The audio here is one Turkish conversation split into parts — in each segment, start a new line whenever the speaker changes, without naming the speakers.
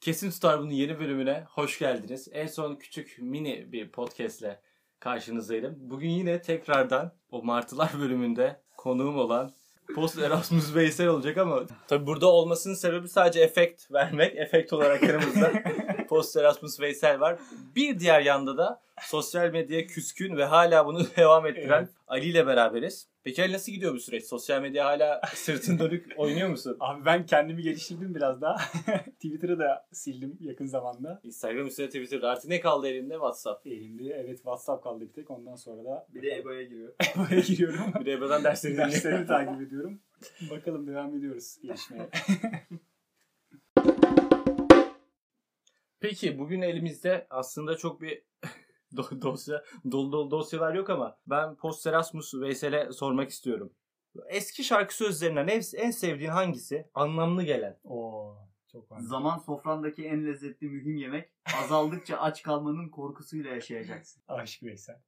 Kesin Tutar bunun yeni bölümüne hoş geldiniz. En son küçük mini bir podcastle karşınızdaydım. Bugün yine tekrardan o Martılar bölümünde konuğum olan Post Erasmus Veysel olacak ama tabi burada olmasının sebebi sadece efekt vermek. Efekt olarak yanımızda Post Erasmus Veysel var. Bir diğer yanda da sosyal medyaya küskün ve hala bunu devam ettiren
Evet.
Ali ile beraberiz. Peki Ali nasıl gidiyor bu süreç? Sosyal medya hala sırtın dönük oynuyor musun?
Abi ben kendimi geliştirdim biraz daha. Twitter'ı da sildim yakın zamanda.
Instagram üstüne Twitter'da artık ne kaldı elinde? WhatsApp.
Elimde evet WhatsApp kaldı bir tek. Ondan sonra da
Bir de EBA'ya giriyor.
EBA'ya giriyorum.
Bir de Ebru'dan dersleri dinle.
Derslerimi takip ediyorum. Bakalım devam ediyoruz gelişmeye.
Peki bugün elimizde aslında çok bir do- dosya dolu dolu dosyalar yok ama ben Post Erasmus Veysel'e sormak istiyorum. Eski şarkı sözlerinden en, en sevdiğin hangisi? Anlamlı gelen.
Oo çok var.
Zaman sofrandaki en lezzetli mühim yemek azaldıkça aç kalmanın korkusuyla yaşayacaksın.
Aşk Veysel.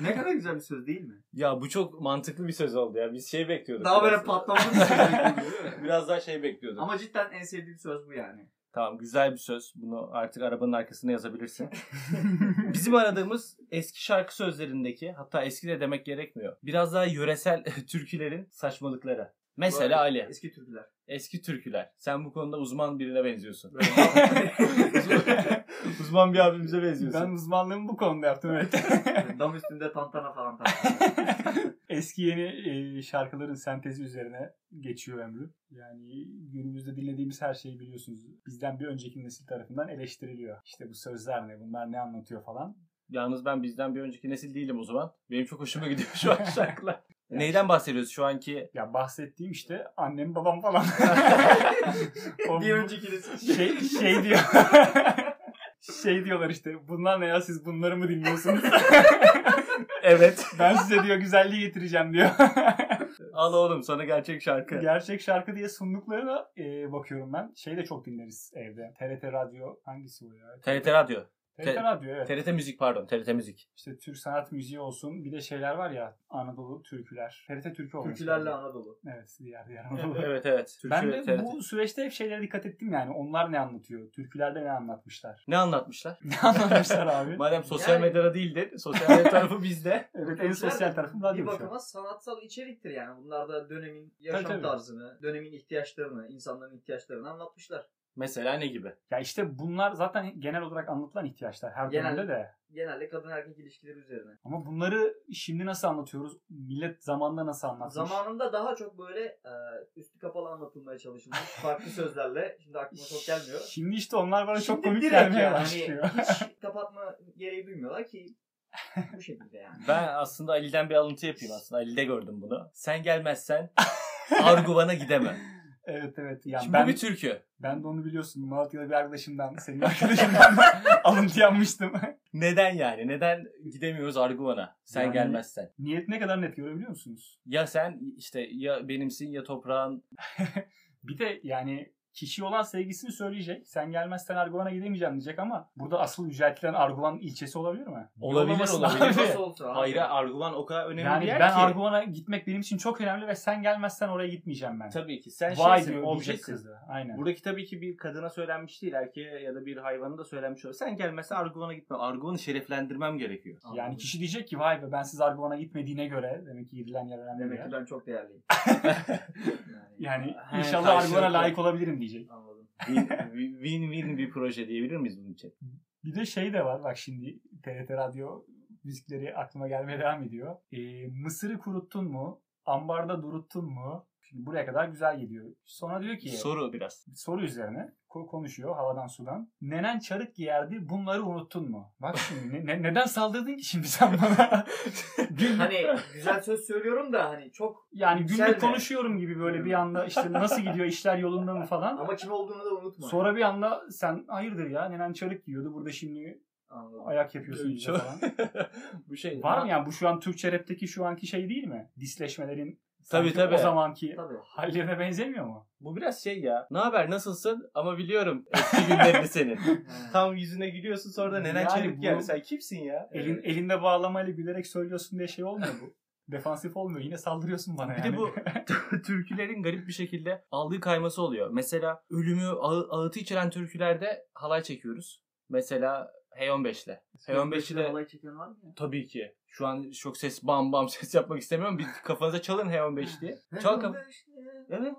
ne kadar güzel bir söz değil mi?
Ya bu çok mantıklı bir söz oldu ya. Biz şey bekliyorduk.
Daha böyle
biraz.
patlamalı bir söz bekliyorum, değil mi?
Biraz daha şey bekliyorduk.
Ama cidden en sevdiğim söz bu yani.
Tamam güzel bir söz. Bunu artık arabanın arkasına yazabilirsin. Bizim aradığımız eski şarkı sözlerindeki hatta eski de demek gerekmiyor. Biraz daha yöresel türkülerin saçmalıkları. Mesela
Böyle
Ali.
Eski türküler.
Eski türküler. Sen bu konuda uzman birine benziyorsun. uzman bir abimize
ben
benziyorsun.
uzmanlığımı bu konuda yaptım evet.
Dam üstünde tantana falan tantana.
Eski yeni e, şarkıların sentezi üzerine geçiyor ömrü. Yani günümüzde dinlediğimiz her şeyi biliyorsunuz. Bizden bir önceki nesil tarafından eleştiriliyor. İşte bu sözler ne, bunlar ne anlatıyor falan.
Yalnız ben bizden bir önceki nesil değilim o zaman. Benim çok hoşuma gidiyor şu an şarkılar. Neyden bahsediyoruz şu anki?
Ya bahsettiğim işte annem babam falan. O
bir önceki nesil.
şey, şey diyor. şey diyorlar işte bunlar ne ya siz bunları mı dinliyorsunuz?
Evet.
ben size diyor güzelliği getireceğim diyor.
Al oğlum sana gerçek şarkı.
Gerçek şarkı diye sunduklarına e, bakıyorum ben. Şey de çok dinleriz evde. TRT Radyo hangisi o ya?
TRT Radyo.
TRT Radyo evet.
TRT Müzik pardon. TRT Müzik.
İşte Türk sanat müziği olsun. Bir de şeyler var ya Anadolu türküler. TRT türkü olmuş.
Türkülerle Anadolu.
Evet diğer diğer Anadolu.
evet evet.
ben de
Türkü TRT.
bu süreçte hep şeylere dikkat ettim yani. Onlar ne anlatıyor? Türkülerde ne anlatmışlar?
Ne anlatmışlar?
ne anlatmışlar abi?
Madem sosyal
Yani-
medyada değildi. Sosyal medya tarafı bizde.
evet en sosyal tarafım radyo
Bir
şu an.
bakıma sanatsal içeriktir yani. Bunlar da dönemin yaşam
tabii.
tarzını, dönemin ihtiyaçlarını, insanların ihtiyaçlarını anlatmışlar.
Mesela ne gibi?
Ya işte bunlar zaten genel olarak anlatılan ihtiyaçlar her
Genel.
dönemde de.
Genelde kadın erkek ilişkileri üzerine.
Ama bunları şimdi nasıl anlatıyoruz? Millet zamanda nasıl anlatmış?
Zamanında daha çok böyle e, üstü kapalı anlatılmaya çalışılmış farklı sözlerle. Şimdi aklıma çok gelmiyor.
Şimdi işte onlar bana çok
Şimdi
komik
direkt
gelmeye
yani,
başlıyor.
hani hiç kapatma gereği duymuyorlar ki bu şekilde yani.
Ben aslında Ali'den bir alıntı yapayım aslında. Ali'de gördüm bunu. Sen gelmezsen Arguvan'a gidemem.
evet evet. Yani
Şimdi
ben,
bu bir türkü.
ben de onu biliyorsun. Malatya'da bir arkadaşımdan, senin arkadaşından alıntı yapmıştım.
Neden yani? Neden gidemiyoruz Arguvan'a? Sen
Yani-
gelmezsen.
Niyet ne kadar net görebiliyor musunuz?
Ya sen işte ya benimsin ya toprağın.
Bir de yani kişi olan sevgisini söyleyecek. Sen gelmezsen Arguvan'a gidemeyeceğim diyecek ama burada asıl yüceltilen Arguvan ilçesi olabilir mi?
Olabilir,
Olamazsın
olabilir.
abi.
Nasıl olsa abi.
Hayır Arguvan o kadar önemli
yani
bir yer
ben
ki.
Arguvan'a gitmek benim için çok önemli ve sen gelmezsen oraya gitmeyeceğim ben.
Tabii ki. Sen şey
Vay
şeysin,
diyor diyecek
objesin.
kızı. Aynen.
Buradaki tabii ki bir kadına söylenmiş değil. Erkeğe ya da bir hayvana da söylenmiş olur. Sen gelmezse Arguvan'a gitmem. Arguvan'ı şereflendirmem gerekiyor.
Anladım.
Yani kişi diyecek ki vay be ben siz Arguvan'a gitmediğine göre demek ki gidilen yer önemli bir
Demek
yer.
ki ben çok değerliyim.
Yani
He,
inşallah Arguvan'a
karşılıklı.
layık olabilirim diyecek.
anladım.
Win-win bir proje diyebilir miyiz bunun için?
Bir de şey de var bak şimdi TRT Radyo müzikleri aklıma gelmeye devam ediyor. Ee, Mısır'ı kuruttun mu? Ambarda duruttun mu? Şimdi buraya kadar güzel gidiyor. Sonra diyor ki
Soru biraz.
soru üzerine ko- konuşuyor havadan sudan. Nenen çarık giyerdi bunları unuttun mu? Bak şimdi ne- ne- neden saldırdın ki şimdi sen bana? Gün-
hani güzel söz söylüyorum da hani çok
yani
Güzel
günlük
mi?
konuşuyorum gibi böyle bir anda işte nasıl gidiyor işler yolunda mı falan.
ama kim olduğunu da unutma.
Sonra bir anda sen hayırdır ya nenen çarık giyiyordu burada şimdi
Anladım.
ayak yapıyorsun bize
Çok-
falan.
Bu şey.
Var mı yani bu şu an Türkçe rapteki şu anki şey değil mi? Disleşmelerin
Tabii,
tabii,
tabii.
o zamanki
Tabii.
hallerine benzemiyor mu?
Bu biraz şey ya. Ne haber nasılsın ama biliyorum eski günlerini senin.
Ha.
Tam yüzüne gülüyorsun sonra da nenen
Yani
çelik
bu-
geldi. Sen kimsin ya?
Elin, elinde bağlamayla gülerek söylüyorsun diye şey olmuyor bu. Defansif olmuyor. Yine saldırıyorsun bana
Bir
yani.
de bu türkülerin garip bir şekilde aldığı kayması oluyor. Mesela ölümü ağı- ağıtı içeren türkülerde halay çekiyoruz. Mesela Hey 15'le.
Şey,
Hey 15'i E de
Olay çeken var mı ya?
tabii ki. Şu an çok ses bam bam ses yapmak istemiyorum. Bir kafanıza çalın Hey 15 diye. Çal kafa. Evet.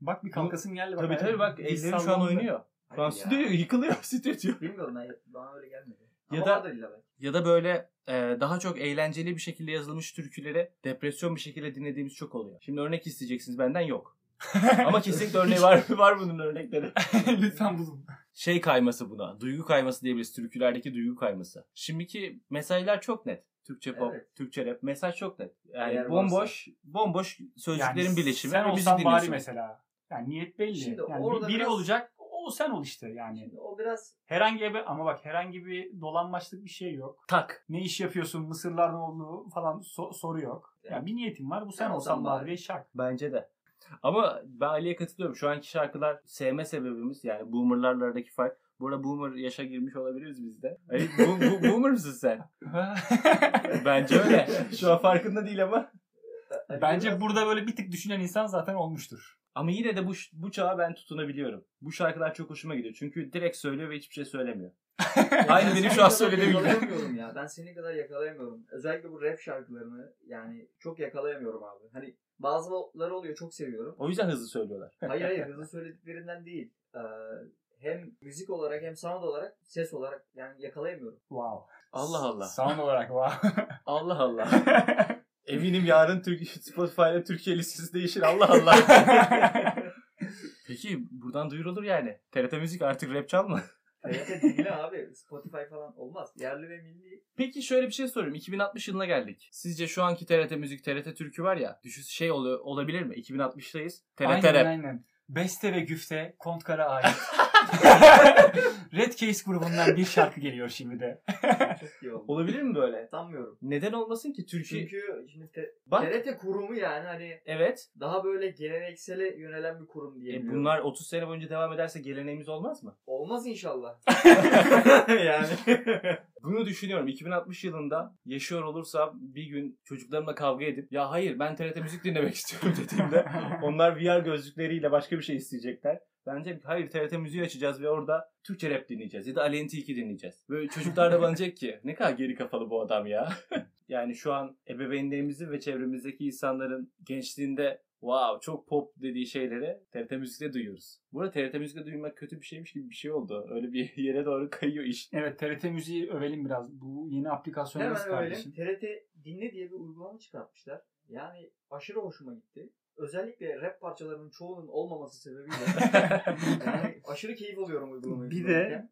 Bak bir kalkasın geldi. Bak,
Tabii tabii bak
Biz
ellerim şu an
sallandı.
oynuyor. Şu an
Hayır ya.
stüdyo yıkılıyor stüdyo.
Bilmiyorum ben, bana öyle gelmedi.
Ya
Ama
da-
vardır illa belki.
Ya da böyle e, daha çok eğlenceli bir şekilde yazılmış türküleri depresyon bir şekilde dinlediğimiz çok oluyor. Şimdi örnek isteyeceksiniz benden yok. Ama kesinlikle örneği var var bunun örnekleri.
Lütfen bulun.
şey kayması buna. Duygu kayması diyebiliriz. Türkülerdeki duygu kayması. Şimdiki mesajlar çok net. Türkçe pop,
Evet.
Türkçe rap mesaj çok net. Yani
Eğer varsa.
bomboş, bomboş sözcüklerin
Yani
birleşimi
Sen
ve müzik
olsan bari
dinliyorsun.
mesela. Yani niyet belli.
Şimdi
yani
orada
biri
biraz-
olacak o sen ol işte yani.
Şimdi o biraz
Herhangi bir ama bak herhangi bir dolanmaçlık bir şey yok.
Tak.
Ne iş yapıyorsun? Mısırlar ne oldu falan so- soru yok. Yani bir niyetin var. Bu sen
Sen
olsan
olsan bari.
bari diye şarkı.
Bence de. Ama ben Ali'ye katılıyorum. Şu anki şarkılar sevme sebebimiz yani boomerlarla aradaki fark. Bu arada boomer yaşa girmiş olabiliriz biz de. Ali, bu, bu- boomer mısın sen? Bence öyle. Şu an farkında değil ama.
E,
Hani
Bence burada böyle bir tık düşünen insan zaten olmuştur.
Ama yine de bu, bu çağa ben tutunabiliyorum. Bu şarkılar çok hoşuma gidiyor. Çünkü direkt söylüyor ve hiçbir şey söylemiyor. Aynı benim şu an söylediğim gibi.
Yakalayamıyorum ya. Ben senin kadar yakalayamıyorum. Özellikle bu rap şarkılarını yani çok yakalayamıyorum abi. Hani bazıları oluyor çok seviyorum.
O yüzden hızlı söylüyorlar.
Hayır hayır hızlı söylediklerinden değil. Ee, hem müzik olarak hem sound olarak ses olarak yani yakalayamıyorum.
Wow.
Allah Allah.
Sound olarak wow.
Allah Allah. Eminim yarın Türk Spotify'da Türkiye listesi değişir. Allah Allah. Peki buradan duyurulur yani. TRT Müzik artık rap çalma.
TRT dinle abi. Spotify falan olmaz. Yerli ve milli.
Peki şöyle bir şey sorayım. 2060 yılına geldik. Sizce şu anki TRT Müzik, TRT Türkü var ya. Düşün şey ol- olabilir mi? 2060'tayız. TRT
aynen
rap.
aynen. Beste ve güfte Kontkara ait. Red Case grubundan bir şarkı geliyor şimdi de.
Çok iyi oldu.
Olabilir mi böyle?
Sanmıyorum.
Neden olmasın ki Türkiye?
Çünkü şimdi te-
Bak
TRT kurumu yani hani
evet.
daha böyle geleneksele yönelen bir kurum diye.
E,
biliyorum.
bunlar 30 sene boyunca devam ederse geleneğimiz olmaz mı?
olmaz inşallah. yani
Bunu düşünüyorum. 2060 yılında yaşıyor olursam bir gün çocuklarımla kavga edip ya hayır ben TRT müzik dinlemek istiyorum dediğimde onlar VR gözlükleriyle başka bir şey isteyecekler. Bence hayır TRT müziği açacağız ve orada Türkçe rap dinleyeceğiz ya da Alien Tilki dinleyeceğiz. Böyle çocuklar da bana diyecek ki ne kadar geri kafalı bu adam ya. yani şu an ebeveynlerimizin ve çevremizdeki insanların gençliğinde wow çok pop dediği şeyleri TRT müzikte duyuyoruz. Bu arada TRT müzikte duymak kötü bir şeymiş gibi bir şey oldu. Öyle bir yere doğru kayıyor iş.
Evet TRT müziği övelim biraz. Bu yeni aplikasyonumuz
Hemen öyle.
kardeşim.
TRT Dinle diye bir uygulama çıkartmışlar. Yani aşırı hoşuma gitti. Özellikle rap parçalarının çoğunun olmaması sebebiyle yani aşırı keyif alıyorum uygulamayı.
Bir de
kullanırken.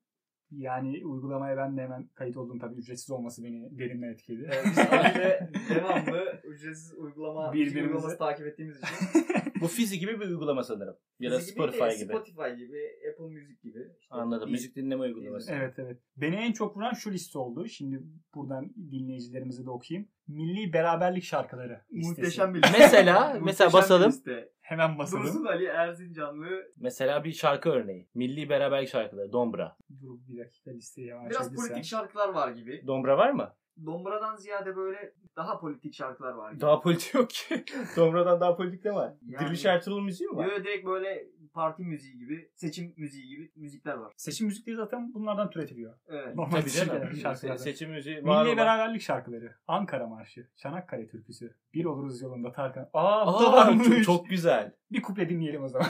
yani uygulamaya ben de hemen kayıt oldum tabii ücretsiz olması beni derinden etkiledi.
Ee, biz aile devamlı ücretsiz uygulama
Birbirimizi-
uygulaması takip ettiğimiz için
Bu Fizi gibi bir uygulama sanırım. Ya da
Bizi gibi
Spotify
değil,
gibi.
Spotify gibi, Apple Music gibi. İşte
Anladım.
bir-
Müzik dinleme uygulaması.
Evet.
Evet evet. Beni en çok vuran şu liste oldu. Şimdi buradan dinleyicilerimize de okuyayım. Milli beraberlik şarkıları listesi.
Muhteşem bir
Mesela-
Muhteşem
mesela
bir
basalım.
liste.
Hemen basalım.
Dursun Ali Erzincanlı.
Mesela bir şarkı örneği. Milli beraberlik şarkıları. Dombra.
Dur bir dakika listeyi hemen
şey
Biraz
açabilirsem.
politik şarkılar var gibi.
Dombra var mı?
Dombra'dan ziyade böyle daha politik şarkılar var gibi.
Daha politik yok ki. Dombra'dan daha politik ne var?
Yani-
Gülüş Ertuğrul müziği mi var?
Böyle direkt böyle parti müziği gibi, seçim müziği gibi müzikler var.
Seçim müzikleri zaten bunlardan türetiliyor.
Evet.
Normal
Tabii canım.
şarkılardan.
Se- Seçim müziği var
Milli
olan-
beraberlik şarkıları. Ankara Marşı, Çanakkale Türküsü, Bir Oluruz Yolunda Tarkan. Aa, bu da
Aa,
varmış.
çok, çok güzel.
Bir kuple dinleyelim o zaman.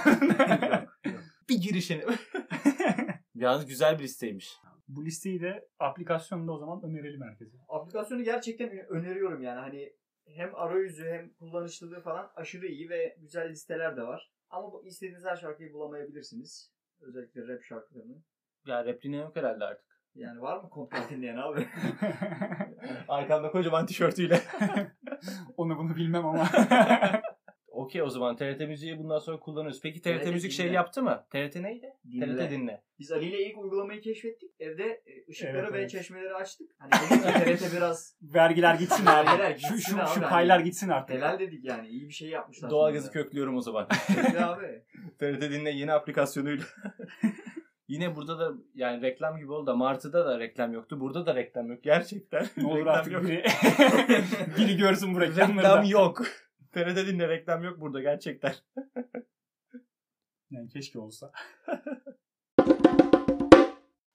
Bir girişini. Yalnız güzel bir listeymiş.
bu listeyi de aplikasyonda o zaman önerelim herkese.
Aplikasyonu gerçekten öneriyorum yani hani hem arayüzü hem kullanışlılığı falan aşırı iyi ve güzel listeler de var. Ama bu istediğiniz her şarkıyı bulamayabilirsiniz. Özellikle rap şarkılarını.
Ya repliğine yok herhalde artık.
Yani var mı kontrol dinleyen abi?
Arkamda kocaman tişörtüyle.
Onu bunu bilmem ama.
Okey o zaman TRT müziği bundan sonra kullanıyoruz. Peki TRT,
TRT
müzik şey
dinle.
yaptı mı? TRT neydi? TRT dinle.
Biz Ali ile ilk uygulamayı keşfettik. Evde e, ışıkları
Evet,
ve
evet.
çeşmeleri açtık. Hani dedik ki TRT biraz
Vergiler gitsin abi.
Vergiler
şu,
gitsin
şu,
abi.
şu paylar gitsin artık.
helal dedik yani. iyi bir şey yapmışlar.
Doğalgazı
sonunda.
köklüyorum o zaman.
Kesinlikle abi.
TRT Dinle yeni aplikasyonuyla. Yine burada da yani reklam gibi oldu da Martı'da da reklam yoktu. Burada da reklam yok. Gerçekten
Ne olur
reklam
artık
yok.
biri, biri görsün bu reklamları da.
reklam yok. TRT dinle reklam yok burada gerçekten.
Yani keşke olsa.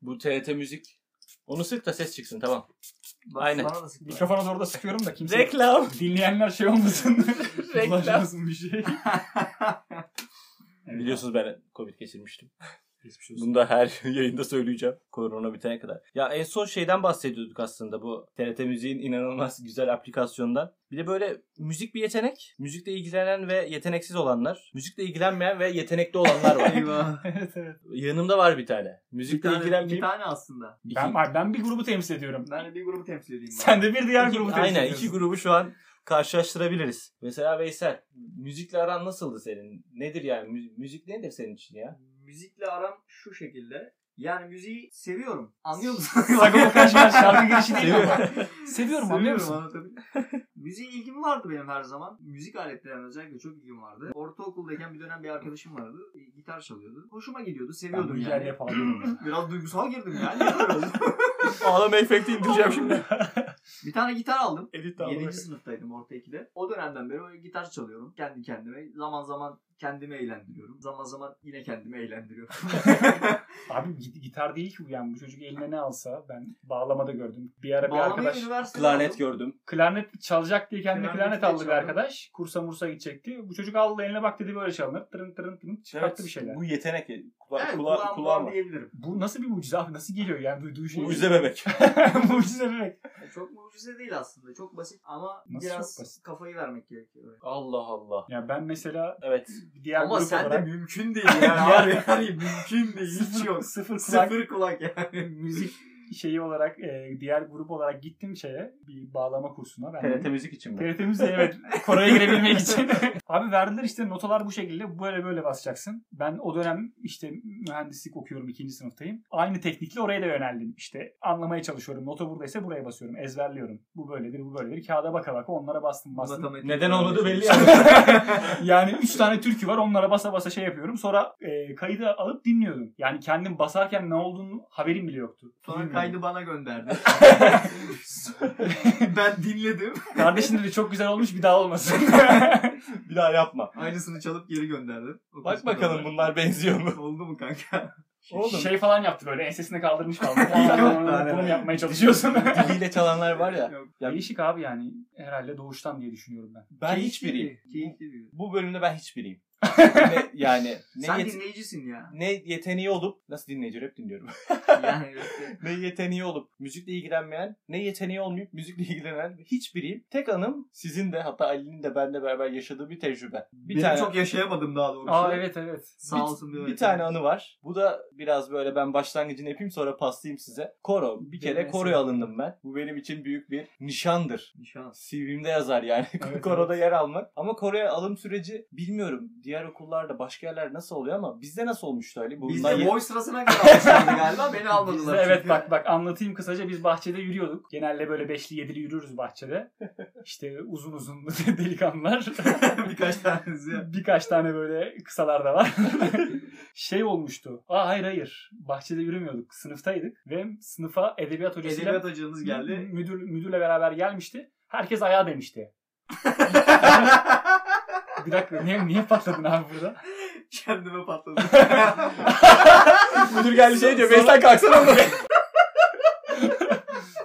Bu TRT müzik. Onu sık da ses çıksın tamam. Aynen.
Bana da sıktı.
Mikrofona doğru da sıkıyorum da kimse
Reklam.
dinleyenler şey olmasın.
Reklam.
Ulaşmasın bir şey. Evet,
Biliyorsunuz ben Covid geçirmiştim.
Geçmiş olsun.
Bunu da her yayında söyleyeceğim. Korona bitene kadar. Ya en son şeyden bahsediyorduk aslında bu TRT Müziğin inanılmaz güzel aplikasyondan. Bir de böyle müzik bir yetenek. Müzikle ilgilenen ve yeteneksiz olanlar. Müzikle ilgilenmeyen ve yetenekli olanlar var.
Eyvah.
evet evet.
Yanımda var bir tane.
Bir
Müzikle
tane, iki
ilgilenmeyip...
tane aslında.
İki-
Ben, ben bir grubu temsil ediyorum.
Ben de bir grubu temsil edeyim. bari.
Sen de bir diğer
İki-
grubu temsil
Aynen
ediyorsun.
iki grubu şu an karşılaştırabiliriz. Mesela Veysel müzikle aran nasıldı senin? Nedir yani? Mü- Müzik nedir senin için ya?
Müzikle aram şu şekilde. Yani müziği seviyorum. Anlıyor musun?
Sagopa Kajmer şarkı girişi değil mi?
Seviyorum.
Seviyorum anlıyor musun?
anlatabiliyor muyum? Müziğe ilgim vardı benim her zaman. Müzik aletlerine özellikle çok ilgim vardı. Ortaokuldayken bir dönem bir arkadaşım vardı. E, Gitar çalıyordu. Hoşuma gidiyordu.
Ben bu
Seviyordum
hikayeyi
yani.
yapamıyorum.
Biraz duygusal girdim yani.
Ağlama efekti indireceğim şimdi.
bir tane gitar aldım.
Edit
7. sınıftaydım orta 2'de. O dönemden beri öyle gitar çalıyorum kendi kendime. Zaman zaman kendimi eğlendiriyorum. Zaman zaman yine kendimi eğlendiriyorum.
Abi git- gitar değil ki bu yani. Bu çocuk eline ne alsa ben bağlamada gördüm. Bir ara bir
Bağlamayı
arkadaş
üniversitede
Klarnet
aldım.
gördüm.
klarnet çalacak diye kendine
Klarnet
klarnet
diye
aldı bir
çaldı.
arkadaş. Kursa mursa gidecekti. Bu çocuk aldı eline bak dedi böyle çalınır. Tırın tırın tırın çıkarttı bir şeyler.
Bu yetenek. Kula,
Evet,
kula,
kulağım
kulağım
var
var.
diyebilirim.
Bu nasıl bir mucize abi? Nasıl geliyor yani duyduğu şey?
Mucize bebek.
mucize demek.
Yani E, çok mucize değil aslında. Çok basit ama
Nasıl
biraz
çok basit?
kafayı vermek gerekiyor.
Allah Allah.
Ya ben mesela
Evet.
diğer
ama
grup
sen
olarak
de mümkün değil yani. Abi yani mümkün değil. Hiç yok.
sıfır kulak
Sıfır kulak yani.
müzik şeyi olarak e, diğer grup olarak gittim şeye bir bağlama kursuna ben.
TRT müzik için mi?
TRT'mize evet koroya girebilmek için. Abi verdiler işte notalar bu şekilde böyle böyle basacaksın. Ben o dönem işte mühendislik okuyorum ikinci sınıftayım. Aynı teknikle oraya da yöneldim. İşte anlamaya çalışıyorum. Nota buradaysa buraya basıyorum. Ezberliyorum. Bu böyledir bu böyledir. Kağıda baka baka onlara bastım bastım.
Matematik- şey.
Neden olmadı belli
yani.
Yani üç tane türkü var onlara basa basa şey yapıyorum. Sonra e, kaydı alıp dinliyordum. Yani kendim basarken ne olduğunu haberim bile yoktu.
Sonra
Bilmiyordum.
kaydı bana gönderdi. ben dinledim.
Kardeşin dedi çok güzel olmuş bir daha olmasın.
Bir daha yapma.
Aynısını çalıp geri gönderdim. O
Bak
kısmı da
bakalım
var.
bunlar benziyor mu?
Oldu mu kanka?
Oğlum.
Şey falan yaptı böyle ensesini kaldırmış falan.
Yok.
Bunu mu yapmaya çalışıyorsun.
Diliyle çalanlar var ya.
Yok.
Ya-
Değişik abi yani herhalde doğuştan diye düşünüyorum ben.
Ben
Keyifli
hiçbiriyim.
bir- Keyifli bir.
Bu bölümde ben hiçbiriyim. ne, yani ne,
Sen
yet-
dinleyicisin ya.
ne yeteneği olup nasıl dinleyici rap dinliyorum.
yani evet.
ne yeteneği olup müzikle ilgilenmeyen, ne yeteneği olmayıp müzikle ilgilenen hiçbiriyim. Tek anım sizin de hatta Ali'nin de benle beraber yaşadığı bir tecrübe. Bir
Benim
tane
çok yaşayamadım daha doğrusu.
Aa evet evet.
Sağ olsun bir
bir,
öğretmenim.
tane anı var. Bu da biraz böyle ben başlangıcını yapayım sonra paslayayım size. Koro. Bir kere
Bilmesi.
koroya alındım ben. Bu benim için büyük bir nişandır.
Nişan.
CV'mde yazar yani.
Evet,
Koro'da yer almak. Ama Koro'ya alım süreci bilmiyorum. Diğer okullarda başka yerler nasıl oluyor ama bizde nasıl olmuştu Ali? Bundan
Bizde
yet-
boy sırasına kadar almışlardı galiba. Beni
Biz
almadılar.
de- evet
çünkü.
bak bak anlatayım kısaca biz bahçede yürüyorduk. Genelde böyle beşli yedili yürürüz bahçede. İşte uzun uzun delikanlılar.
Birkaç tanesi.
Birkaç tane böyle kısalar da var. şey olmuştu. Aa hayır hayır. Bahçede yürümüyorduk. Sınıftaydık ve sınıfa edebiyat hocasıyla
Edebiyat hocamız geldi.
Müdür, müdürle beraber gelmişti. Herkes ayağa demişti. Bir dakika niye, niye patladın abi burada?
Kendime patladım.
Müdür geldi şey diyor.
Sonra-
Veysel kalksana buraya.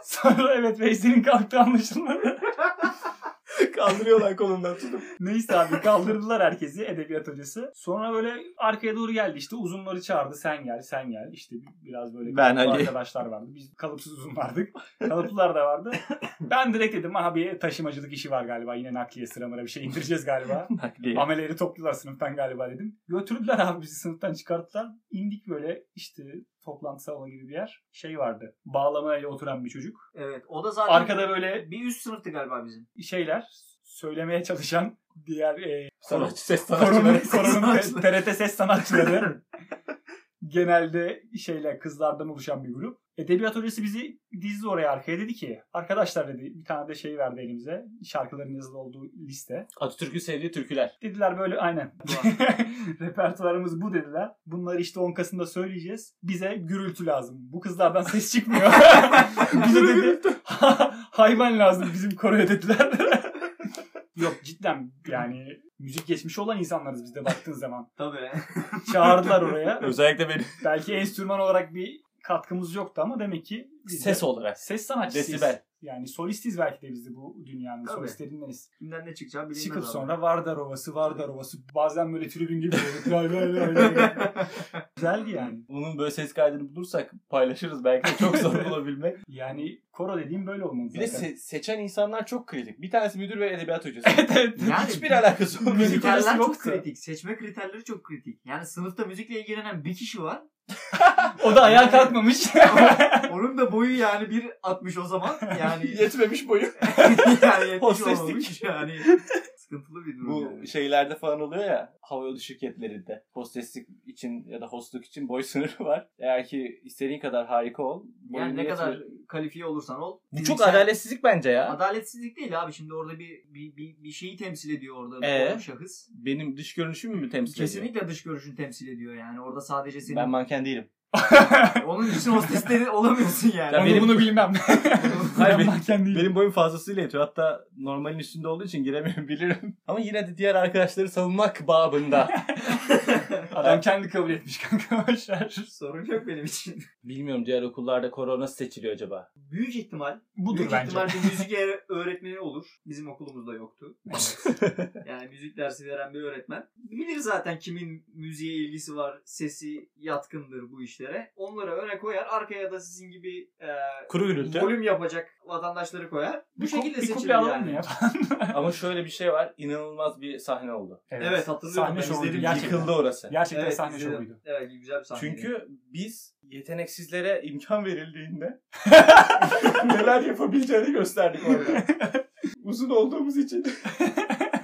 Sonra evet Veysel'in kalktığı anlaşılmadı.
Kaldırıyorlar kolundan tutup.
Neyse abi kaldırdılar herkesi edebiyat hocası. Sonra böyle arkaya doğru geldi işte uzunları çağırdı. Sen gel sen gel. İşte biraz böyle
Ben
kalıplı
Ali.
arkadaşlar vardı. Biz kalıpsız uzun vardık. Kalıplılar da vardı. Ben direkt dedim abi taşımacılık işi var galiba. Yine nakliye sıramıra bir şey indireceğiz galiba.
Nakliye.
Ameleleri topluyorlar sınıftan galiba dedim. Götürdüler abi bizi sınıftan çıkarttılar. İndik böyle işte toplantı salonu gibi bir yer. Şey vardı. Bağlamayla oturan bir çocuk.
evet o da zaten
Arkada böyle
bir üst sınıftı galiba bizim. şeyler.
şeyler söylemeye çalışan diğer e,
Sanatçı ses
koronun,
sanatçıları.
koronun
sanatçıları.
TRT ses sanatçıları genelde şeyler kızlardan oluşan bir grup. Edebiyat hocası bizi dizdi oraya arkaya dedi ki arkadaşlar dedi bir tane de şey verdi elimize şarkıların yazılı olduğu liste.
Atatürk'ün sevdiği türküler.
Dediler böyle aynen repertuarımız bu dediler. Bunları işte 10 Kasım'da söyleyeceğiz. Bize gürültü lazım. Bu kızlardan ses çıkmıyor. Bize dedi hayvan lazım bizim koroya dediler. Yok cidden yani müzik geçmişi olan insanlarız biz de baktığın zaman.
Tabii.
Çağırdılar oraya.
Özellikle benim
Belki enstrüman olarak bir katkımız yoktu ama demek ki biz de
ses olarak.
ses sanatçısıyız.
Desibel.
Yani solistiz belki de biz de bu dünyanın
Tabii.
solistlerindeyiz.
Kimden ne çıkacağı bilinmez.
Çıkıp
abi.
sonra Vardar Ovası, Vardar Ovası. Bazen böyle tribün gibi böyle. lay lay lay lay. Güzeldi yani.
Bunun böyle ses kaydını bulursak paylaşırız belki de çok zor bulabilmek.
Yani koro dediğim böyle olmalı
Bir de
zaten.
se- seçen insanlar çok kritik. Bir tanesi müdür ve edebiyat hocası.
evet.
Yani
Hiçbir alakası olmuyor.
Müzik- hikayesi
Kriterler çok
yoksa.
kritik. Seçme kriterleri çok kritik. Yani sınıfta müzikle ilgilenen bir kişi var.
O da ayağa kalkmamış.
Onun da boyu yani 1.60 o zaman. Yani
Yetmemiş boyu.
yani yetmiş
Hosteslik.
olmamış. Yani sıkıntılı bir durum.
Bu
yani.
şeylerde falan oluyor ya havayolu şirketlerinde hosteslik için ya da hostluk için boy sınırı var. Eğer ki istediğin kadar harika ol. boyun
Yani ne
yetmiyor.
kadar kalifiye olursan ol.
Bu çok
fiziksel-
adaletsizlik bence ya.
Adaletsizlik değil abi. Şimdi orada bir bir, bir, bir şeyi temsil ediyor orada
Ee?
o şahıs.
Benim dış görünüşümü mü temsil ediyor?
Kesinlikle dış görüşünü temsil ediyor yani. Orada sadece senin
Ben manken değilim.
onun için hostesleri olamıyorsun yani.
Ya
Onu
benim-
bunu bilmem.
Hayır,
ben
benim-
manken değilim.
Benim boyum fazlasıyla yetiyor. Hatta normalin üstünde olduğu için giremiyorum bilirim. Ama yine de diğer arkadaşları savunmak babında.
Adam kendi kabul etmiş kanka. Boşver.
Sorun yok benim için.
Bilmiyorum diğer okullarda korona nasıl seçiliyor acaba?
Büyük ihtimal
Budur
büyük
bence.
ihtimal bir müzik öğre- öğretmeni olur. Bizim okulumuzda yoktu. yani müzik dersi veren bir öğretmen. Bilir zaten kimin müziğe ilgisi var, sesi yatkındır bu işlere. Onlara öne koyar. Arkaya da sizin gibi e,
Kuru gürültü.
volüm yapacak vatandaşları koyar. Bu
Bir
şekilde
kup- bir
seçilir
kuple alalım
yani.
mı ya?
Ama şöyle bir şey var. İnanılmaz bir sahne oldu.
Evet, hatırlıyorum.
Sahne
Ben
şovuydu.
izledim.
Gerçekten.
Yıkıldı orası.
Gerçekten
Evet,
sahne
izledim.
şovuydu.
Evet güzel bir sahne.
Çünkü biz yeteneksizlere imkan verildiğinde neler yapabileceğini gösterdik orada. Uzun olduğumuz için.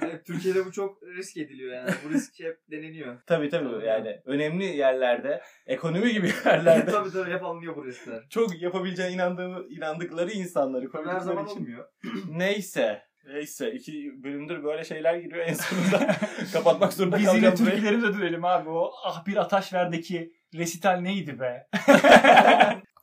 Evet, Türkiye'de bu çok risk ediliyor yani. Bu risk hep deneniyor.
Tabii tabii yani önemli yerlerde, ekonomi gibi yerlerde
tabii tabii hep alınıyor bu riskler.
çok yapabileceğine inandığı, inandıkları insanları
Her
koydukları
zaman
için.
olmuyor.
Neyse. Neyse iki bölümdür böyle şeyler giriyor en sonunda. Kapatmak zorunda
Biz yine
kalacağım burayı.
Türklerimize dönelim abi. O ah bir Ataşver'deki resital neydi be?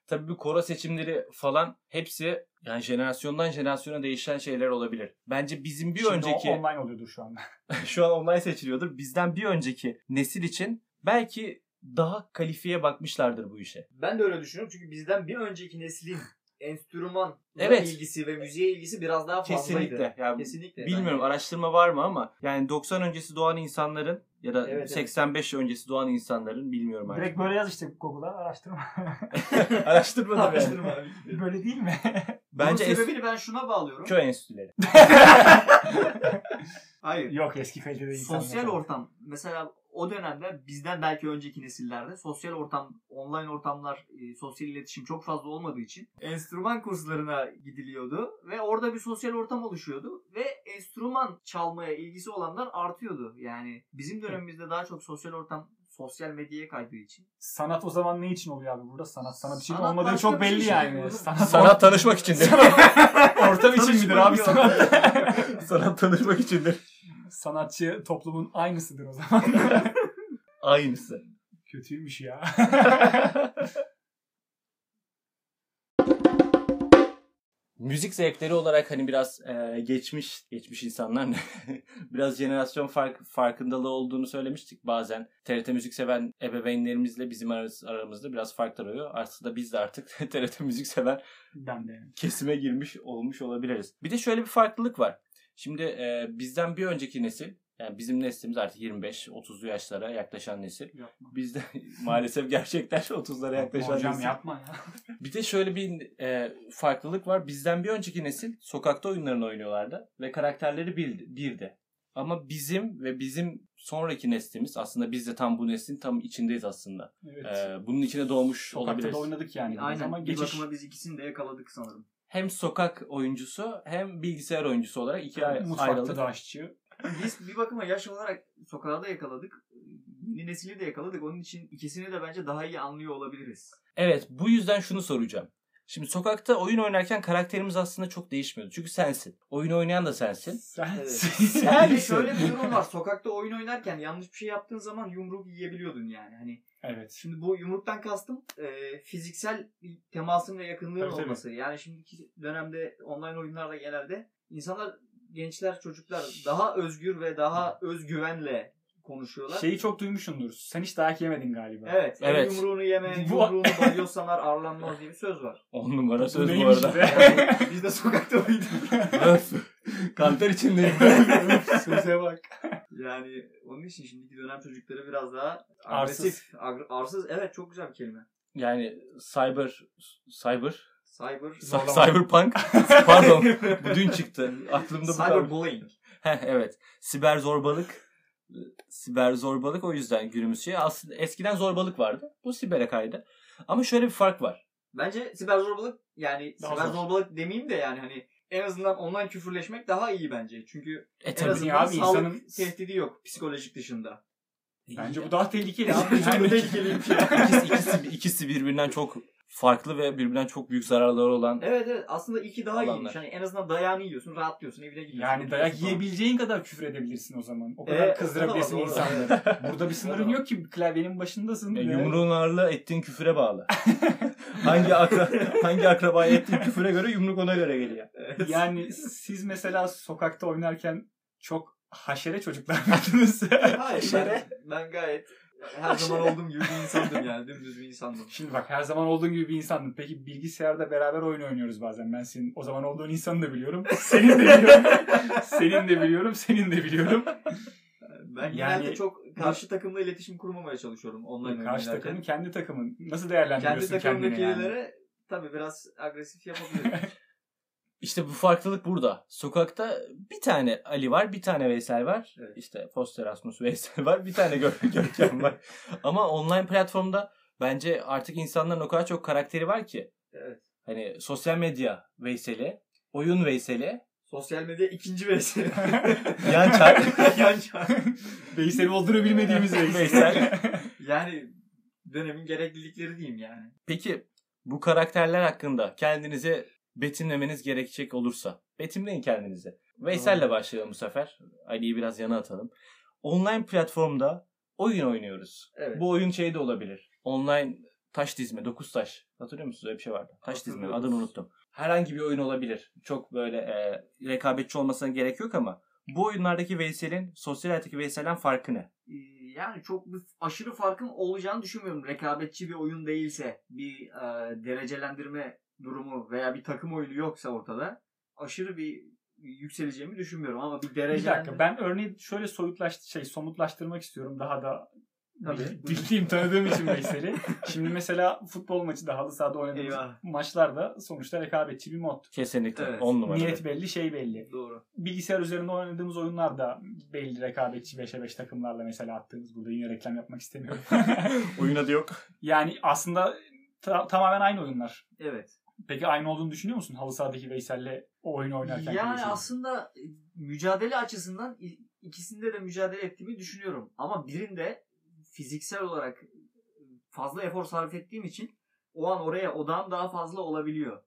Tabii bu koro seçimleri falan hepsi yani jenerasyondan jenerasyona değişen şeyler olabilir. Bence bizim bir
Şimdi o
önceki
online oluyordur şu anda.
şu an online seçiliyordur. Bizden bir önceki nesil için belki daha kalifiye bakmışlardır bu işe.
Ben de öyle düşünüyorum çünkü bizden bir önceki neslin enstrüman
Evet.
ilgisi ve müziğe ilgisi biraz daha fazlaydı.
Kesinlikle. Yani
Kesinlikle.
bilmiyorum
bence.
araştırma var mı ama yani 90 öncesi doğan insanların ya da
Evet, evet.
85 öncesi doğan insanların bilmiyorum artık.
Direkt böyle yaz işte Google'a araştırma.
Araştırma da yani.
Araştırma. Bunun
böyle değil mi?
Bence es-
sebebini ben şuna bağlıyorum.
köy enstitüleri.
Hayır.
Yok eski kalitede insanlar.
sosyal ortam. Mesela o dönemde bizden belki önceki nesillerde sosyal ortam, online ortamlar, e, sosyal iletişim çok fazla olmadığı için enstrüman kurslarına gidiliyordu ve orada bir sosyal ortam oluşuyordu ve enstrüman çalmaya ilgisi olanlar artıyordu. Yani bizim dönemimizde daha çok sosyal ortam sosyal medyaya kaydığı için.
Sanat o zaman ne için oluyor abi burada? Sanat sanat için
Sanat
olmadığı
başka
çok
bir
belli
şey
yani.
oğlum.
Sanat, şey
Sanat tanışmak içindir.
ortam için midir abi
Tanışma
sanat?
Sanat tanışmak içindir.
Sanatçı toplumun aynısıdır o zaman.
Aynısı.
Kötüymüş ya.
Müzik zevkleri olarak hani biraz e, geçmiş geçmiş insanlar ne? biraz jenerasyon fark, farkındalığı olduğunu söylemiştik bazen. TRT müzik seven ebeveynlerimizle bizim aramız- aramızda biraz farklar oluyor. Aslında biz de artık TRT müzik seven
ben de.
kesime girmiş olmuş olabiliriz. Bir de şöyle bir farklılık var. Şimdi e, bizden bir önceki nesil yani bizim neslimiz artık 25-30'lu yaşlara yaklaşan nesil.
Yapma.
Bizde maalesef gerçekten 30'lara yaklaşan
Hocam
nesil.
yapma ya.
Bir de şöyle bir e, farklılık var. Bizden bir önceki nesil sokakta oyunlarını oynuyorlardı ve karakterleri bir, birdi. Ama bizim ve bizim sonraki neslimiz aslında biz de tam bu neslin tam içindeyiz aslında.
Evet.
E, bunun içine doğmuş
Ee, Sokakta
olabiliriz.
da oynadık yani.
Aynen.
Ama
bir
geçiş
bakıma biz ikisini de yakaladık sanırım.
hem sokak oyuncusu hem bilgisayar oyuncusu olarak ikiye
mutfakta
ayrıldık.
da aşçı.
Biz bir bakıma yaş olarak sokağa da yakaladık. yeni nesili de yakaladık. Onun için ikisini de bence daha iyi anlıyor olabiliriz.
Evet bu yüzden şunu soracağım. Şimdi sokakta oyun oynarken karakterimiz aslında çok değişmiyordu. Çünkü sensin. Oyun oynayan da sensin.
Sen,
Evet.
sen
Yani şöyle bir durum var. Sokakta oyun oynarken yanlış bir şey yaptığın zaman yumruk yiyebiliyordun yani. Hani
Evet.
şimdi bu yumruktan kastım e, fiziksel bir temasın ve yakınlığın
Tabii, tabii.
olması. Yani şimdiki dönemde online oyunlarda genelde insanlar gençler, çocuklar daha özgür ve daha özgüvenle konuşuyorlar.
Şeyi çok duymuşsundur. Sen hiç dayak yemedin galiba.
Evet.
Evet.
El yumruğunu yeme,
Bu-
yumruğunu balyoz sanar, arlanmaz diye bir söz var.
On numara söz bu
neymiş
arada.
be?
Yani biz de sokakta oynadık.
Öf. Kantar içindeyim.
Söze bak.
Yani onun için şimdiki dönem çocukları biraz daha
Arsız.
agresif. Agr- arsız. Evet çok güzel bir kelime.
Yani cyber... Cyber?
Cyber.
Sa-
Zorlama.
cyberpunk? Pardon. Bu dün çıktı. Aklımda bu kaldı.
Cyberbullying.
Heh, evet. Siber zorbalık. Siber zorbalık o yüzden günümüz şey. Aslında eskiden zorbalık vardı. Bu sibere kaydı. Ama şöyle bir fark var.
Bence siber zorbalık yani
Daha
siber
zor.
zorbalık demeyeyim de yani hani en azından online küfürleşmek daha iyi bence. Çünkü
E
en
tabii.
azından
abi,
sağlık
insanın-
tehdidi yok psikolojik dışında.
Bence bu daha tehlikeli.
Çok
abi. Yani-
tehlikeli bir şey.
ikisi, ikisi, ikisi birbirinden çok farklı ve birbirinden çok büyük zararları olan.
Evet evet aslında iki daha
Alanlar.
iyiymiş. Hani en azından dayağını yiyorsun, rahatlıyorsun, evine gidiyorsun.
Yani dayak
oturuyorsun
yiyebileceğin kadar küfür edebilirsin o zaman. O
Ee,
kadar
o da
kızdırabilirsin
var, o da var.
insanları. Burada bir sınırın
O da var.
yok ki. Klavyenin başındasın.
E,
ve-
yumruğun ağırlığı ettiğin küfüre bağlı. hangi akra, hangi akrabaya ettiğin küfüre göre yumruk ona göre geliyor.
falan.
Yani siz mesela sokakta oynarken çok haşere çocuklar mıydınız?
Hayır ben, ben gayet her zaman olduğum gibi bir insandım yani. Dümdüz bir insandım.
Şimdi bak her zaman olduğun gibi bir insandım. Peki bilgisayarda beraber oyun oynuyoruz bazen. Ben senin o zaman olduğun insanı da biliyorum. Senin de biliyorum. senin de biliyorum. Senin de biliyorum.
Ben
Yani-
genelde çok karşı takımla iletişim kurmamaya çalışıyorum online
Karşı
oynarken.
takımın kendi takımın. Nasıl
Kendi
değerlendiriyorsun kendini?
takımdaki
yani?
yani. tabii biraz agresif yapabilirim.
İşte bu farklılık burada. Sokakta bir tane Ali var, bir tane Veysel var.
Evet.
İşte Foster Erasmus Veysel var, bir tane Gör Görkem var. Ama online platformda bence artık insanların o kadar çok karakteri var ki.
evet.
Hani sosyal medya Veysel'i, oyun Veysel'i,
Sosyal medya ikinci vesile.
yan çar.
Yan çar.
Veysel'i olduğunu bilmediğimiz
Veysel.
yani dönemin gereklilikleri diyeyim yani.
Peki bu karakterler hakkında kendinize betimlemeniz gerekecek olursa betimleyin kendinizi. Veysel'le başlayalım bu sefer. Ali'yi biraz yana atalım. Online platformda oyun oynuyoruz.
Evet.
Bu oyun şey de olabilir. Online taş dizme, dokuz taş. Hatırlıyor musunuz öyle bir şey vardı? Taş dizme
Hatırlıyorum.
adını unuttum. Herhangi bir oyun olabilir. Çok böyle e, rekabetçi olmasına gerek yok ama bu oyunlardaki Veysel'in sosyal hayattaki Veysel'den farkı ne?
Ee, Yani çok bir aşırı farkın olacağını düşünmüyorum. Rekabetçi bir oyun değilse, bir e, derecelendirme durumu veya bir takım oyunu yoksa ortada aşırı bir yükseleceğimi düşünmüyorum ama bir
Bir dakika
derecelendirme...
ben örneği şöyle soyutlaş şey somutlaştırmak istiyorum daha da
Tabii.
bildiğim tanıdığım için Veysel'i. Şimdi mesela futbol maçı da halı sahada oynadığımız
Eyvah.
maçlarda sonuçta rekabetçi bir mod.
Kesinlikle.
Evet.
On numara.
Niyet belli, şey belli.
Doğru.
Bilgisayar üzerinde oynadığımız oyunlar da belli rekabetçi 5'e 5 takımlarla mesela attığımız. Burada yine reklam yapmak istemiyorum.
Oyun adı yok.
yani aslında ta- tamamen aynı oyunlar.
Evet.
Peki aynı olduğunu düşünüyor musun halı sahadaki Veysel'le o oyunu oynarken?
Yani aslında e, mücadele açısından i- ikisinde de mücadele ettiğimi düşünüyorum. Ama birinde fiziksel olarak e, fazla efor sarf ettiğim için o an oraya odağım daha fazla olabiliyor.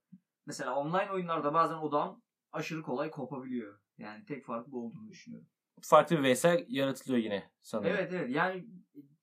Mesela online oyunlarda bazen odağım aşırı kolay kopabiliyor. Yani tek fark bu olduğunu düşünüyorum.
farklı bir Veysel yaratılıyor yine sanırım.
Evet evet yani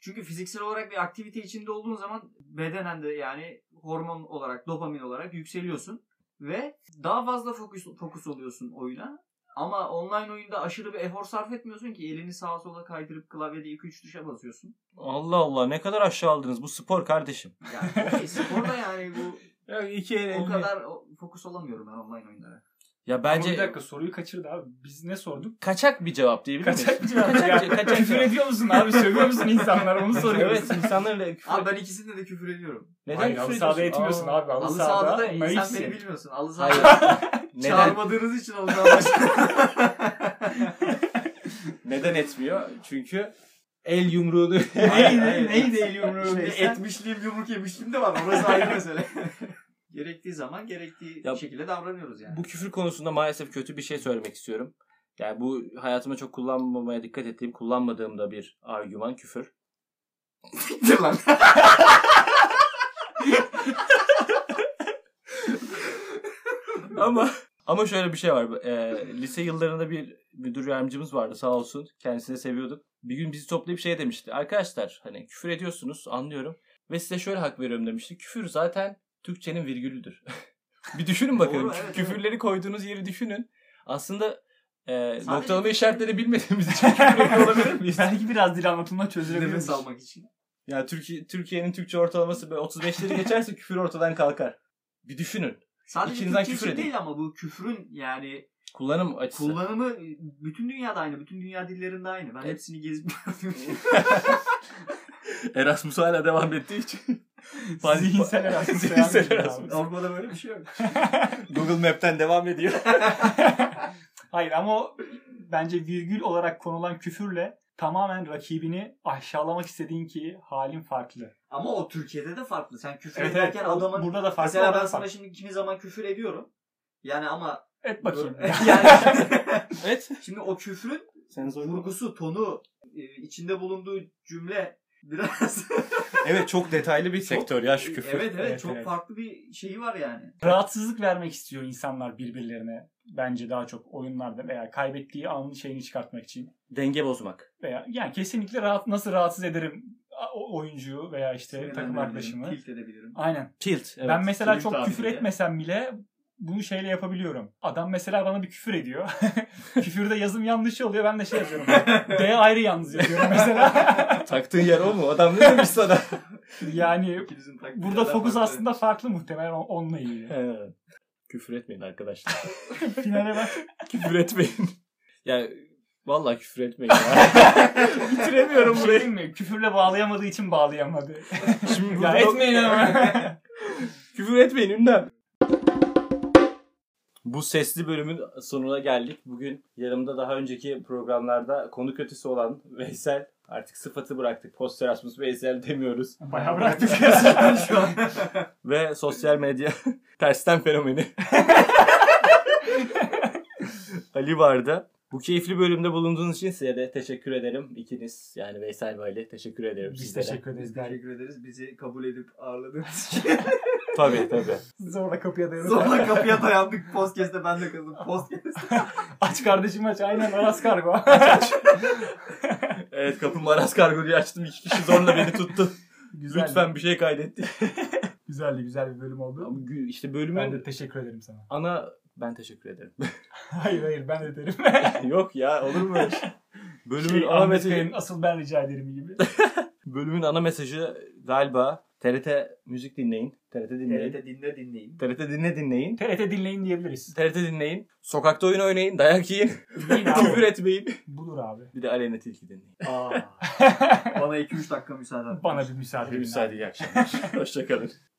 çünkü fiziksel olarak bir aktivite içinde olduğun zaman bedenen de yani hormon olarak dopamin olarak yükseliyorsun ve daha fazla fokus fokus oluyorsun oyuna. Ama online oyunda aşırı bir efor sarf etmiyorsun ki elini sağa sola kaydırıp klavyede 2-3 tuşa basıyorsun.
Allah Allah ne kadar aşağı aldınız bu spor kardeşim.
Yani okey sporda yani bu
iki
o kadar o- fokus olamıyorum ben online oyunlara.
Ya
Bence...
bence
bir dakika soruyu kaçırdı abi. Biz ne sorduk?
kaçak bir cevap diyebilir miyiz?
Kaçak bir cevap
Kaçak,
ya.
bir ce- kaçak
Küfür
cevap.
ediyor musun abi? Sövüyor musun insanlara? Onu soruyoruz.
Evet insanlarla küfür.
Abi ben ikisinde de küfür ediyorum.
Neden
Hayır
küfür
halı sahada
ediyorsun?
etmiyorsun
Aa,
abi. Halı,
Alı
sahada,
sahada da sen
naifsin.
beni bilmiyorsun. Alı
Hayır.
sahada
Neden,
çağırmadığınız için alı sahada.
neden etmiyor? Çünkü el yumruğunu
Hayır,
neydi,
hayır.
neydi el yumruğu?
Şimdi
Veysel?
etmişliğim yumruk yemişliğim de var. Orası ayrı mesele. gerektiği zaman gerektiği
Ya-
şekilde davranıyoruz yani.
Bu küfür konusunda maalesef kötü bir şey söylemek istiyorum. Yani bu hayatımda çok kullanmamaya dikkat ettiğim, kullanmadığım da bir argüman küfür.
Siktir lan.
ama ama şöyle bir şey var. Ee, lise yıllarında bir müdür yardımcımız vardı sağ olsun. Kendisini seviyorduk. Bir gün bizi toplayıp şey demişti. Arkadaşlar hani küfür ediyorsunuz anlıyorum. Ve size şöyle hak veriyorum demişti. Küfür zaten Türkçenin virgülüdür. bir düşünün bakalım.
Doğru,
Kü-
evet,
Küfürleri koyduğunuz yeri düşünün. Aslında e,
Sadece- şey.
noktalama işaretleri bilmediğimiz için küfür ediyor olabilir miyiz?
Belki biraz dil anlatılma çözülebilir.
Nefes almak için.
Ya Türkiye Türkiye'nin Türkçe ortalaması böyle 35'leri geçerse küfür ortadan kalkar. Bir düşünün.
Sadece
İçinizden
Türkçe
küfür
için
edin.
değil ama bu küfrün yani
Kullanım açısı.
kullanımı bütün dünyada aynı. Bütün dünya dillerinde aynı. Ben
Evet.
hepsini gezip gördüm.
Erasmus hala devam ettiği için.
Zihinsel Erasmus.
Zihinsel
devam ediyor
Erasmus.
abi.
Avrupa'da böyle bir şey yok.
Google Map'ten devam ediyor.
Hayır ama o bence virgül olarak konulan küfürle tamamen rakibini aşağılamak istediğin ki halin farklı.
Ama o Türkiye'de de farklı. Sen küfür ederken adamın...
burada da farklı.
mesela
orada
ben
da
sana
farklı.
şimdi kimi zaman küfür ediyorum. Yani ama...
et bakayım.
yani
evet.
şimdi o küfrün
Sen
vurgusu, tonu, e, içinde bulunduğu cümle biraz...
Evet çok detaylı bir sektör ya şu küfür.
evet, evet
Evet,
çok
evet.
farklı bir şeyi var yani.
Rahatsızlık vermek istiyor insanlar birbirlerine. Bence daha çok oyunlarda veya kaybettiği anın şeyini çıkartmak için.
Denge bozmak.
Veya yani kesinlikle rahat nasıl rahatsız ederim a- o oyuncuyu veya işte
Sinirden
takım
de
arkadaşımı.
Tilt edebilirim.
Aynen.
Tilt. Evet.
ben mesela
kilit
çok
tabiri
küfür
de.
etmesem bile bunu şeyle yapabiliyorum. Adam mesela bana bir küfür ediyor. Küfürde yazım yanlışı oluyor. Ben de şey yazıyorum. D ayrı yalnız yazıyorum mesela.
Taktığın yer o mu? Adam ne demiş sana?
yani
İkinizin takdiri
burada
de
fokus
farklı.
aslında farklı muhtemelen on- onunla ilgili.
Evet. küfür etmeyin arkadaşlar.
Finale bak.
küfür etmeyin. Yani vallahi küfür etmeyin. ya. Bitiremiyorum
Şey
burayı.
diyeyim mi? Küfürle bağlayamadığı için bağlayamadı.
Şimdi
ya
burada
etmeyin ama.
Küfür etmeyin ünlem. Bu sesli bölümün sonuna geldik. Bugün yanımda daha önceki programlarda konu kötüsü olan Veysel artık sıfatı bıraktık. Post Erasmus Veysel demiyoruz.
Bayağı bıraktık.
Şu an.
Ve sosyal medya tersten fenomeni. Ali vardı. Bu keyifli bölümde bulunduğunuz için size de teşekkür ederim. İkiniz yani Veysel ve Ali teşekkür ederim
Biz
sizlere.
teşekkür ederiz.
Biz
gayet.
teşekkür ederiz. Bizi kabul edip ağırladığınız için.
Tabii tabii.
Zorla kapıya dayanıp.
Sonra kapıya dayandık. Podcast'te ben de kaldım. Podcast.
Aç kardeşim aç. Aynen Aras Kargo.
Evet kapı Maras Kargo'yu açtım. İki kişi zorla beni tuttu.
Güzeldi.
Lütfen bir şey kaydetti.
Güzeldi. Güzel bir bölüm oldu.
Ama gü- işte bölümün
Ben de teşekkür ederim sana.
ana ben teşekkür ederim.
Hayır hayır ben de derim.
Yok ya olur mu öyle şey? Bölümün
Şey,
ana
Ahmet
mesajı,
Bey'in asıl ben rica ederim gibi.
bölümün ana mesajı galiba TRT müzik dinleyin. TRT dinleyin. TRT,
TRT dinle dinleyin.
dinle dinleyin.
TRT dinleyin diyebiliriz.
TRT dinleyin. Sokakta oyun oynayın. Dayak yiyin.
Dinleyin
Küfür
abi.
etmeyin.
Budur abi.
Bir de Aleyna Tilki dinleyin.
Aa. Bana 2-3 dakika müsaade.
Bana bir müsaade
Hadi
edin. abi.
müsaade iyi akşamlar. Hoşçakalın.